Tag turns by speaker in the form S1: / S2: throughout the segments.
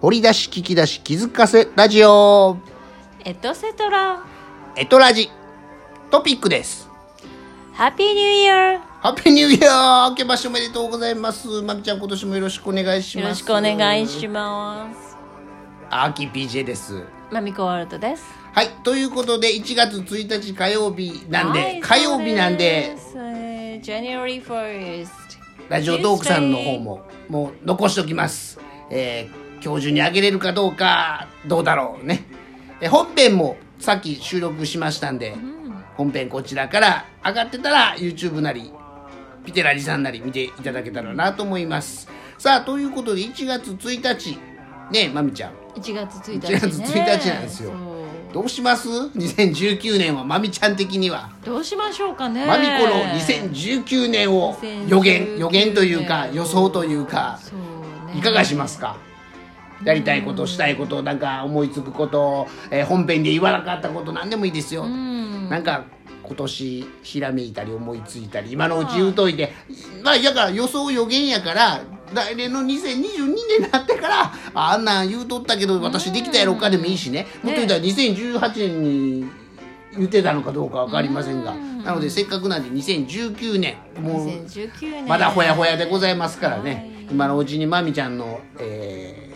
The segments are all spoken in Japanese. S1: 掘り出し聞き出し気づかせラジオ
S2: エトセトラ
S1: エトラジトピックです
S2: ハッピーニューイヤー
S1: ハッピーニューイヤー明けましておめでとうございますまみちゃん今年もよろしくお願いします
S2: よろしくお願いします
S1: すアーキー PJ です
S2: マミコワールドです
S1: はいということで1月1日火曜日なんで、
S2: はい
S1: 火曜日なんで
S2: そうです January 1st
S1: ラジオトークさんの方ももう残しておきます、えー今日中にあげれるかどうかどうだろうねえ本編もさっき収録しましたんで、本編こちらから上がってたら YouTube なりピテラリさんなり見ていただけたらなと思いますさあということで1月1日ねえまみちゃん
S2: 1月1日、ね、
S1: 1月1日なんですよ
S2: そう
S1: どうします ?2019 年はまみちゃん的には
S2: どうしましょうかね
S1: マミコの2019年を予言予言というか予想というか
S2: そうね
S1: いかがしますかやりたいことしたいことなんか思いつくこと、えー本編で言わなかったこと何でもいいですよ、
S2: うん
S1: なんか今年ひらめいたり思いついたり今のうち言うといてまあだから予想予言やから来年の2022年になってからああんなん言うとったけど私できたやろかでもいいしねもっと言うたら2018年に言ってたのかどうか分かりませんが
S2: うん
S1: なのでせっかくなんで2019年もう
S2: 2019年
S1: まだほやほやでございますから
S2: はい
S1: ね今のうちにまみちゃんの、えー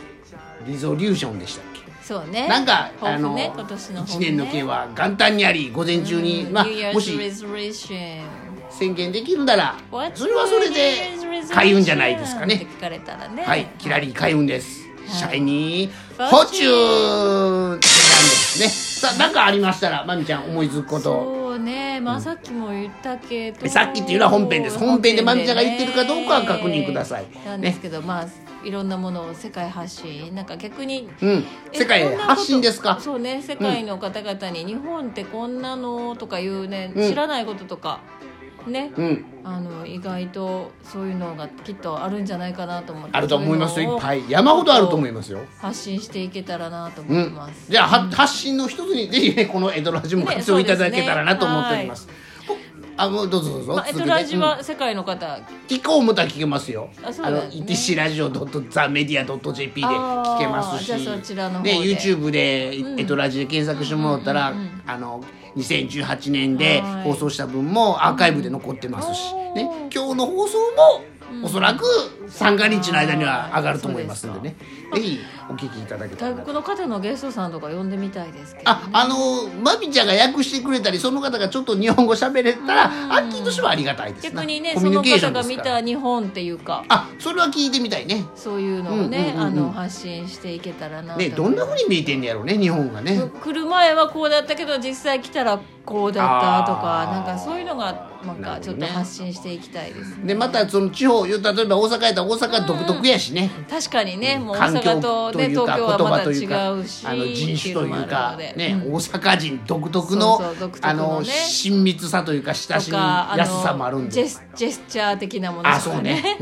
S1: リゾリューションでしたっけ
S2: そうね
S1: なんか、あ
S2: 抱負
S1: の、
S2: ね今年の抱負
S1: 1
S2: ね
S1: 年の件は元旦にあり、午前中に、まあ
S2: New、Year's
S1: もし
S2: Resolution
S1: 宣言できるなら
S2: What's、
S1: それはそれ
S2: New Year's
S1: で
S2: resolution？
S1: 開運じゃないですか
S2: って
S1: ね。
S2: 聞かれたらね
S1: はい、キラリ開運です。シャイニー、フ
S2: フ
S1: ォ
S2: ォ
S1: ー
S2: ー
S1: チ
S2: チ
S1: ュ
S2: ュ
S1: ーンなんですね。さあ、なんかありましたら、まみちゃん思いつくこと。
S2: そうねまあさっきも言ったけど、
S1: さっきっていうのは本編です本編でまみちゃんが言ってるかどうかは
S2: ね
S1: 確認ください
S2: なんですけど、まあいろんなものを世界発信なんか逆に、
S1: うん、
S2: え
S1: 世界
S2: こんなこと
S1: 発信ですか。
S2: そうね世界の方々に日本ってこんなのとかいうね、
S1: うん
S2: 知らないこととかね、
S1: うん、
S2: あの意外とそういうのがきっとあるんじゃないかなと思って
S1: あると思います
S2: そうう
S1: よ、い
S2: の
S1: っ
S2: を
S1: ぱい。山ほどあると思いますよ。
S2: 発信していけたらなと
S1: う
S2: 思い
S1: ん
S2: ます、、
S1: じゃあは発信の一つにぜひねこの「エドラジ」も活用いただけたらなと思っております。こあもうどうぞどうぞ、
S2: まあ、
S1: 続
S2: エト
S1: けて
S2: ラジ
S1: うん
S2: は世界の方、
S1: 聞こう思ったら聞けますよ
S2: あそう
S1: あ
S2: だよ
S1: の
S2: ね
S1: ETC ラジオ .zamedia.jp で聞けますし
S2: あーじゃあそちらの方で
S1: ね YouTube で
S2: うん
S1: エトラジで検索してもらったら、
S2: うんうんうんうん
S1: あの2018年で
S2: はい
S1: 放送した分もアーカイブで残ってますし、
S2: うん
S1: ね
S2: おー、
S1: 今日の放送
S2: う
S1: も
S2: ん
S1: おそらく三が日の間には上がると思いますんでね
S2: あー
S1: ぜひお聞きいただけたらなと
S2: 外国の方のゲストさんとか呼んでみたいですけど、ね、
S1: あ、あのー、まみちゃんが訳してくれたり、その方がちょっと日本語喋れたら、アッキーとしてはありがたいですな
S2: 逆にね
S1: コ
S2: そ
S1: ミュニ
S2: の
S1: ケーション
S2: 方
S1: で
S2: が
S1: す
S2: 見
S1: から
S2: た。日本っていうか
S1: あ、それは聞いてみたいね。
S2: そういうのをね、
S1: うんうんうんうん
S2: あの発信していけたらなと
S1: ね、どんな風に見えてんねやろうね、日本がね。
S2: 来る前はこうだったけど実際来たらこうだったとか
S1: あー
S2: なんかそういうのがなん
S1: な
S2: か
S1: るほどね
S2: ちょっと発信していきたいですね
S1: で、またその地方、例えば大阪やったら大阪独特やしね。
S2: 確かにね、もう大
S1: 環境
S2: 阪
S1: と
S2: と,、ね、
S1: いう
S2: 東
S1: か言
S2: 京はま
S1: 葉
S2: た
S1: と
S2: 違
S1: いうか
S2: うし
S1: あの人種というか
S2: ってい
S1: ね
S2: うのもあるので
S1: 大阪人独特の
S2: そうそう独特
S1: あ
S2: のね
S1: の親密さというか親
S2: と
S1: しみ
S2: かあ
S1: や
S2: の
S1: すさもあるん
S2: ジェ
S1: で
S2: スジェスチャー的なもの
S1: あ
S2: と
S1: そう
S2: か
S1: ね
S2: ね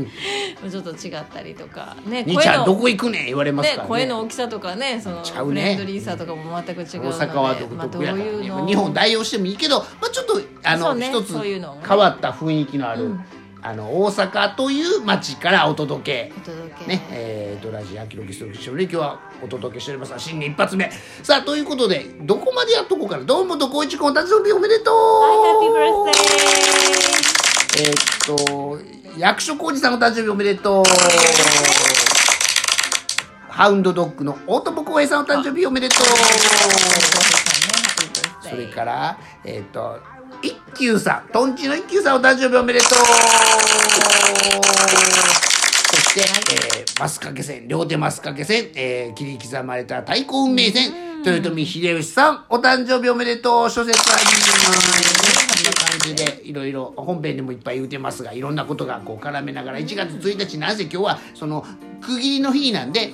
S2: もう ちょっと違ったりとかね
S1: 兄ちゃんど
S2: の
S1: こ行くねん言われます
S2: ね
S1: からね
S2: 声の大きさとかねその
S1: ちゃう
S2: フ
S1: ね
S2: レンドリーさとかも全く違うの
S1: 大
S2: で
S1: 阪は独
S2: まあど
S1: 特
S2: う
S1: やから、ね
S2: いう
S1: ま
S2: の
S1: あ日本代表してもいいけど、まあ、ちょっとあ
S2: そ
S1: の、
S2: うね
S1: 一つ
S2: そういうのをね
S1: 変わった雰囲気のある、
S2: うん
S1: あの大阪という町からお届
S2: お届
S1: け。
S2: け、
S1: ねえー、ドラジアキロキストリショで今日はお届けしております新年一発目さあということでどこまでやっとこうかなどうもとこいちくんお誕生日おめでとう
S2: はい、ハッピーバース
S1: えーっと役所広司さんお誕生日おめでとうハウンドドッグの大友康平さんお誕生日おめでとう
S2: デー。ハッピーバースデー
S1: それから、えっ、と、一休さん、とんちの一休さんお誕生日おめでとうそして、えー、マスカケ線、両手マスカケ線、えー、切り刻まれた太鼓運命線、豊臣秀吉さん、お誕生日おめでとう諸説あります。こんな感じで、いろいろ、本編でもいっぱい言うてますが、いろんなことがこう絡めながら、1月1日、なぜ今日は、その、区切りの日なんで、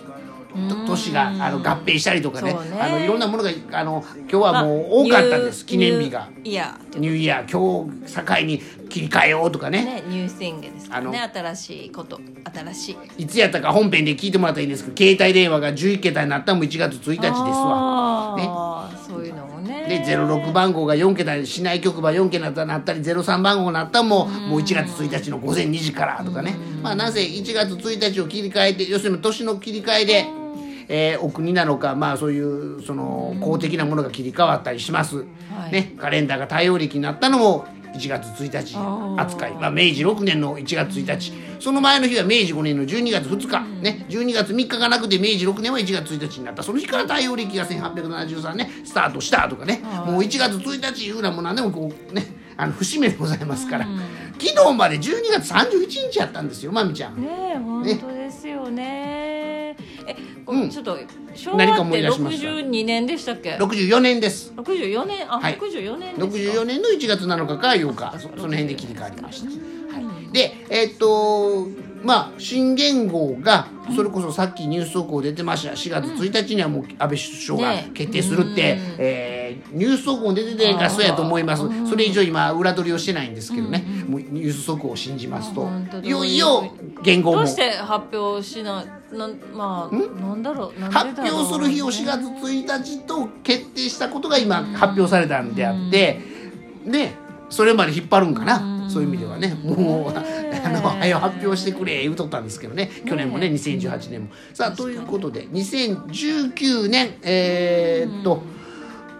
S1: と都市があの合併したりとかね
S2: そうね
S1: あのいろんなものがあの今日はもう多かったんです、記念日が
S2: ニューイヤー
S1: ニューイヤー今日境に切り替えようとかね
S2: ね、ニュースイングですからね
S1: あ
S2: 新しいこと新しい
S1: いつやったか本編で聞いてもらったらいいんですけど携帯電話が11桁になったのも1月1日ですわ。
S2: わねそういうのもね
S1: で06番号が4桁にしない局番4桁になったり03番号になったのももう1月1日の午前2時からとかねまあなんせ1月1日を切り替えて要するに年の切り替えで、えーお国なのか、まあ、そういうその公的なものが切り替わったりします、
S2: はい
S1: ね、カレンダーが太陽暦になったのも1月1日
S2: あー
S1: 扱い、まあ、明治6年の1月1日その前の日は明治5年の12月2日、ね、12月3日がなくて明治6年は1月1日になったその日から太陽暦が1873年スタートしたとかね
S2: はい
S1: もう1月1日いうのはもう何でもこうねあの節目でございますから、昨日まで12月31日やったんですよまみちゃん。
S2: ねえ本当ですよねえこ
S1: うん
S2: れちょっと昭和
S1: 何か
S2: っ
S1: 思い
S2: て
S1: 出しました
S2: 62年でしたっけ
S1: 64年です
S2: 64年あ、
S1: はい
S2: 64年ですか
S1: 64年の1月7日か8日そその辺で切り替わりました、はい、でえっとまあ新元号がそれこそさっきニュース速報出てました4月1日にはもう安倍首相が
S2: ね
S1: 決定するって、
S2: うん
S1: えーニュース速報に出ててがそうやと思いますそれ以上今裏取りをしてないんですけどねもうニュース速報を信じます
S2: あ
S1: と
S2: 本当だ
S1: いよいよ元号
S2: ど
S1: も
S2: うして発表しないなんまあなんだろうなんで
S1: 発
S2: だろう
S1: 表する日を4月1日と決定したことが今発表されたんであって、でそれまで引っ張るんかな、そういう意味ではねもう、あの早う発表してくれ言うとったんですけどね去年もね2018年も。さあということで2019年えーっと。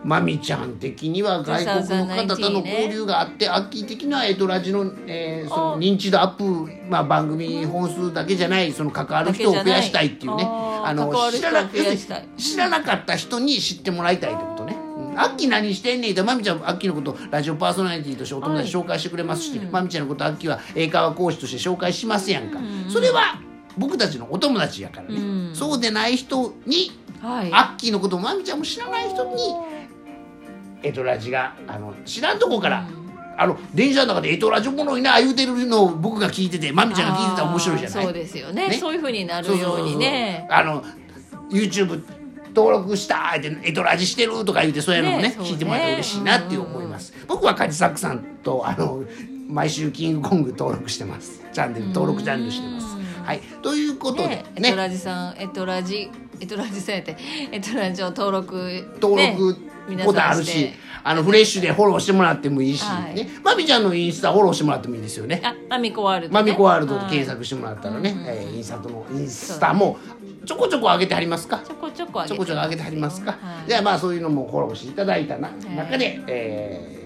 S1: まみちゃん的には外国の方との交流があって、アッキー的にはエドラジの,、えーその認知度アップ、まあ、番組本数だけじゃないその関わる人を増やしたいっていうね
S2: だけじゃない
S1: あの
S2: 関わる
S1: 知
S2: 人を
S1: らな
S2: 増やしたい
S1: 知らなかった人に知ってもらいたいってことね。うんアッキー何してんねんとまみちゃんアッキーのことラジオパーソナリティとしてお友達紹介してくれますし、まみちゃんのことアッキーは英会話講師として紹介しますやんか、それは僕たちのお友達やからね、
S2: うん
S1: そうでない人に
S2: はい
S1: アッキーのこともまみちゃんも知らない人にエトラジがあの知らんとこから、あの電車の中でエトラジおもろいな言うてるのを僕が聞いててまみちゃんが聞いてたら面白いじゃない
S2: あーそうですよね
S1: ね
S2: そういうふうにな
S1: そう
S2: る
S1: そう
S2: よ
S1: そうう
S2: に
S1: そう
S2: ね
S1: あの YouTube 登録したってエトラジしてるとか言うてそういうのもね
S2: ねそうね
S1: 聞いてもらえて嬉しいなって思います、僕はカジサックさんとあの毎週キングコング登録してますチャンネル登録チャンネルしてますはいということで
S2: ねえエ
S1: ね
S2: トラジさんエトラジエトラジさんやってエトラジを登録
S1: 登録
S2: ね
S1: ボタンあるし,、
S2: 皆さんして
S1: あのフレッシュでフォローしてもらってもいいし、
S2: はい
S1: ねまみちゃんのインスタフォローしてもらってもいいですよね
S2: あマミコワールド、ね、
S1: マミコワールドで
S2: はい
S1: 検索してもらったらね、えーインスタとのインスタもちょこちょこ上げてありますか
S2: ちょこちょこ上げ
S1: ちょこちょこ上げてはりますか、
S2: はい
S1: じゃあまあそういうのもフォローしていただいたな、中で、えー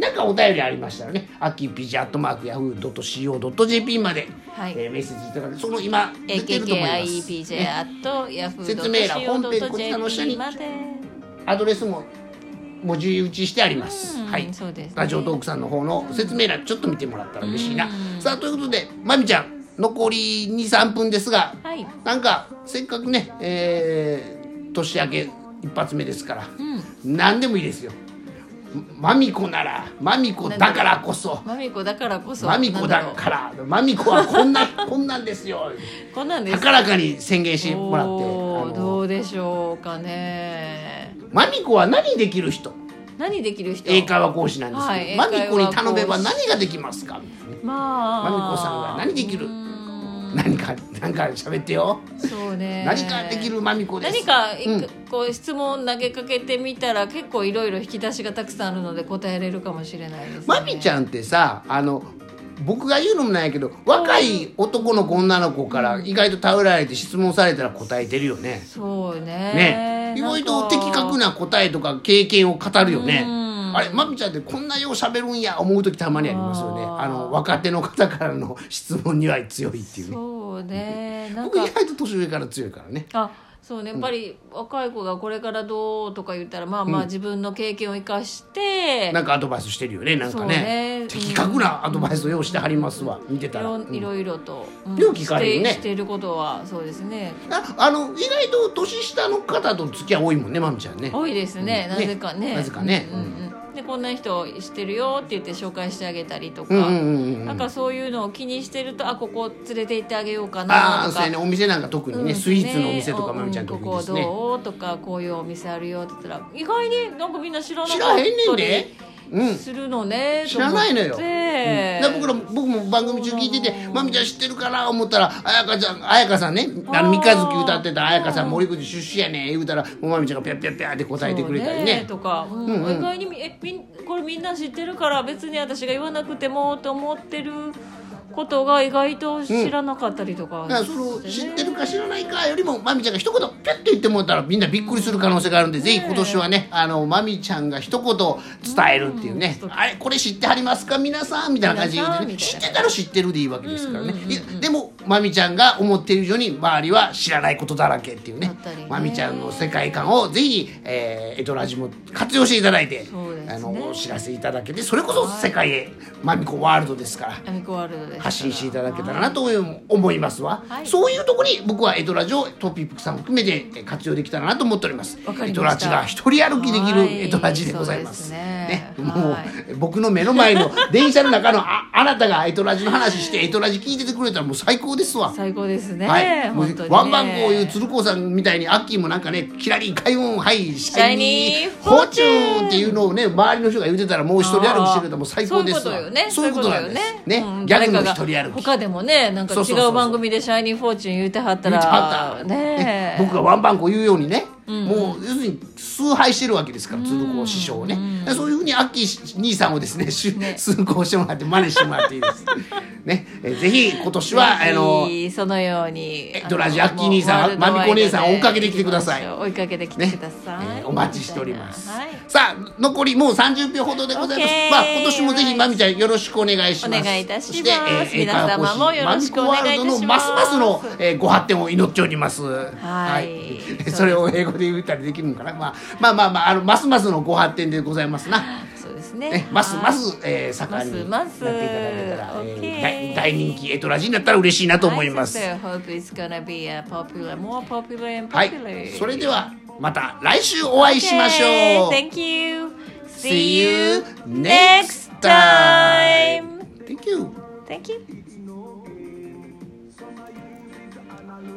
S1: なんかお便りありましたらね、アッキーピジアットマークヤフー .co.jp まで、
S2: はい
S1: えーメッセージいただいて、その今出てると思います、
S2: AKKIEPJ アットヤフー
S1: 説明欄本編こちらの下に
S2: まで
S1: アドレスも文字打ちしてあります。
S2: うん
S1: はい、
S2: そうですね
S1: ラジオトークさんの方の説明欄ちょっと見てもらったら嬉しいな。さあということで、まみちゃん残り2、3分ですが、
S2: はい
S1: なんかせっかくね、えー年明け一発目ですから、何でもいいですよ。マミコならマミコだからこそ
S2: マミコだからこそ
S1: マミコだ
S2: なんろ
S1: からマミコはこんな こんなんですよ
S2: うこんなんです
S1: 高らかに宣言してもらって
S2: おー
S1: あ
S2: ど
S1: の
S2: うでしょうかね
S1: マミコは何できる人
S2: 何できる人
S1: 英会話講師なんですけど、
S2: はい
S1: マミコに頼めば
S2: 英会話講師
S1: 何ができますか
S2: まあ
S1: マミコさんが何できる
S2: うーん
S1: 何か何か喋ってよ、
S2: そうね
S1: 何かできるマミコです
S2: 何かいく、
S1: うん
S2: こう質問投げかけてみたら結構いろいろ引き出しがたくさんあるので答えれるかもしれないです、ね。
S1: マミちゃんってさあの僕が言うのもないけど若い男の子女の子から意外と頼られて質問されたら答えてるよね。
S2: そうね。
S1: ね、意外と的確
S2: な
S1: な答えとか経験を語るよね
S2: うん
S1: あれマミちゃんってこんなよう喋るんや思う時たまにありますよね
S2: あー
S1: あの若手の方からの質問には強いってい
S2: ん
S1: う
S2: か。
S1: ね
S2: そうね。なん
S1: 僕
S2: か
S1: 意外と年上から強いからね
S2: あそうねやっぱり若い子がこれからどうとか言ったらまあまあ自分の経験を生かして。
S1: なんかアドバイスしてるよねなんか
S2: そうね
S1: ね
S2: うん
S1: 的確なアドバイスを用意してはりますわ見て
S2: い
S1: たら。
S2: ろ
S1: うん
S2: いろいろと、うん
S1: よう聞かれるね
S2: してしていることはそうですね
S1: ああの意外と年下の方と付き合い多いもんねまみちゃんね。
S2: 多いですね、
S1: うん
S2: なぜかね
S1: ねなぜかね
S2: うんうんうんでこんな人してるよって言って紹介してあげたりとか、
S1: うんうんうんうん
S2: なんかそういうのを気にしてるとあここ連れて行ってあげようか
S1: あ
S2: な
S1: あそ
S2: と
S1: う
S2: か
S1: やねお店なんか特にね、
S2: うん
S1: スイーツのお店とか
S2: ね
S1: まみちゃん
S2: う
S1: 得意
S2: こ
S1: で
S2: こ
S1: すね。
S2: どうとかこういうお店あるよって言ったら意外になんかみんな知らなかっ
S1: 知
S2: た
S1: ら
S2: り
S1: へんねんで。うん。
S2: するのね
S1: 知らないのよ。う
S2: と思
S1: ん
S2: って
S1: で僕ら僕も番組中聞いてて「まみちゃん知ってるかな?」思ったら彩香ちゃん彩香さんねあの
S2: あー
S1: 三日月歌ってた彩香さん森口出身やね言うたらもうまみちゃんがピャッピャッピャって答えてくれたり
S2: そう
S1: ね
S2: とか、うん
S1: うんうん
S2: 意外にみえみんこれみんな知ってるから別に私が言わなくてもと思ってることが意外と知らなかったりとか
S1: だからその知ってるか知らないかよりもまみちゃんが一言ピュッと言ってもらったらみんなびっくりする可能性があるんで、ぜひ今年はねあのまみちゃんが一言伝えるっていうね、あれこれ知ってはりますか皆さんみたいな感じで言うてね
S2: 皆
S1: 知
S2: さんみたいな
S1: ってたら知ってるでいいわけですからね、いやでもまみちゃんが思っている以上に周りは知らないことだらけっていうね
S2: だったりね
S1: まみちゃんの世界観をぜひ、えー、エトラジも活用していただいて、
S2: そうですね
S1: あのお知らせいただけてそれこそ世界へまみこワールドですから。
S2: アミコワールドです
S1: 発信していただけたらなという思いますわ、
S2: はい
S1: そういうとこに僕はエドラジオトピックさん含めてえ活用できたらなと思っております
S2: わか
S1: エ
S2: りました
S1: ドラジが一人歩きできる
S2: はい
S1: エドラジでございます
S2: そうですね
S1: もう、
S2: はい
S1: 僕の目の前の電車の中のああなたがエドラジの話してエドラジ聞いててくれたらもう最高ですわ
S2: 最高ですね、
S1: はい、もう
S2: 本当にね
S1: ワンバンこういう鶴光さんみたいにアッキーもなんかねキラリン開運はいシャイニ
S2: シャイニ
S1: ー
S2: ー
S1: フォーチュンっていうのをね周りの人が言ってたらもう一人歩きしてくれたらもう最高ですわ
S2: そういうことよね
S1: そういうことなんですね
S2: そういうことようん
S1: ギャグの一
S2: 誰かが
S1: 人歩き
S2: 他でもねなんか
S1: そうそうそうそ
S2: 違
S1: う
S2: う番組で「シャイニーフォーチュン」言うてはった
S1: 言
S2: ら
S1: うてはった
S2: ね
S1: ね僕がワンバンコ言うようにね、もう要するに崇拝してるわけですから鶴光師匠をね、だからそういうふうにアッキー兄さんをですねしゅ 崇高してもらって真似してもらっていいですねえーぜひ今年はあの
S2: ぜひそのように
S1: え
S2: あの
S1: ドラジアッキー兄さん
S2: もうワールドワイドで
S1: マミコ姉さん追いかけてきてください
S2: 追いかけてきて
S1: ね
S2: ください、
S1: えーお待ちしております、
S2: はい
S1: さあ残りもう30秒ほどでございます、
S2: オッケー
S1: まあ、今年もぜひまみちゃんよろしくお願いします
S2: お願いいたします
S1: そして、えー、
S2: 皆様
S1: 英会話講師
S2: もよろしくお願い
S1: マミコワール
S2: いたします
S1: ドのますますの、えーご発展を祈っておりますはい それを英語で言ったりできるのかな、まあ、まあまあまああのますますのご発展でございますな
S2: そうですね
S1: ね、ますます、えー、盛んにな
S2: ま
S1: ってい
S2: す
S1: た
S2: ま
S1: だけた
S2: す
S1: ら、え
S2: OK
S1: ー大大人気エトラジになったら嬉しいなと思います、
S2: はい、so hope it's gonna be a popular more popular and popular
S1: はい、それではまた来週お会いしましょう、
S2: Okay, Thank you
S1: See you next
S2: next
S1: time.
S2: time
S1: Thank you.
S2: Thank you